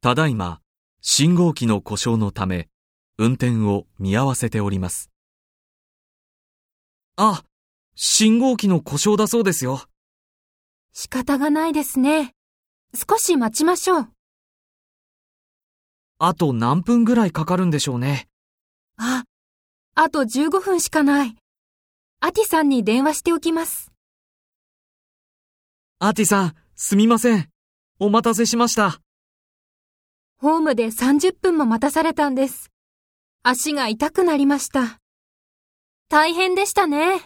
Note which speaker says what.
Speaker 1: ただいま、信号機の故障のため、運転を見合わせております。あ、信号機の故障だそうですよ。
Speaker 2: 仕方がないですね。少し待ちましょう。
Speaker 1: あと何分ぐらいかかるんでしょうね。
Speaker 2: あ、あと15分しかない。アティさんに電話しておきます。
Speaker 1: アーティさん、すみません。お待たせしました。
Speaker 2: ホームで30分も待たされたんです。足が痛くなりました。大変でしたね。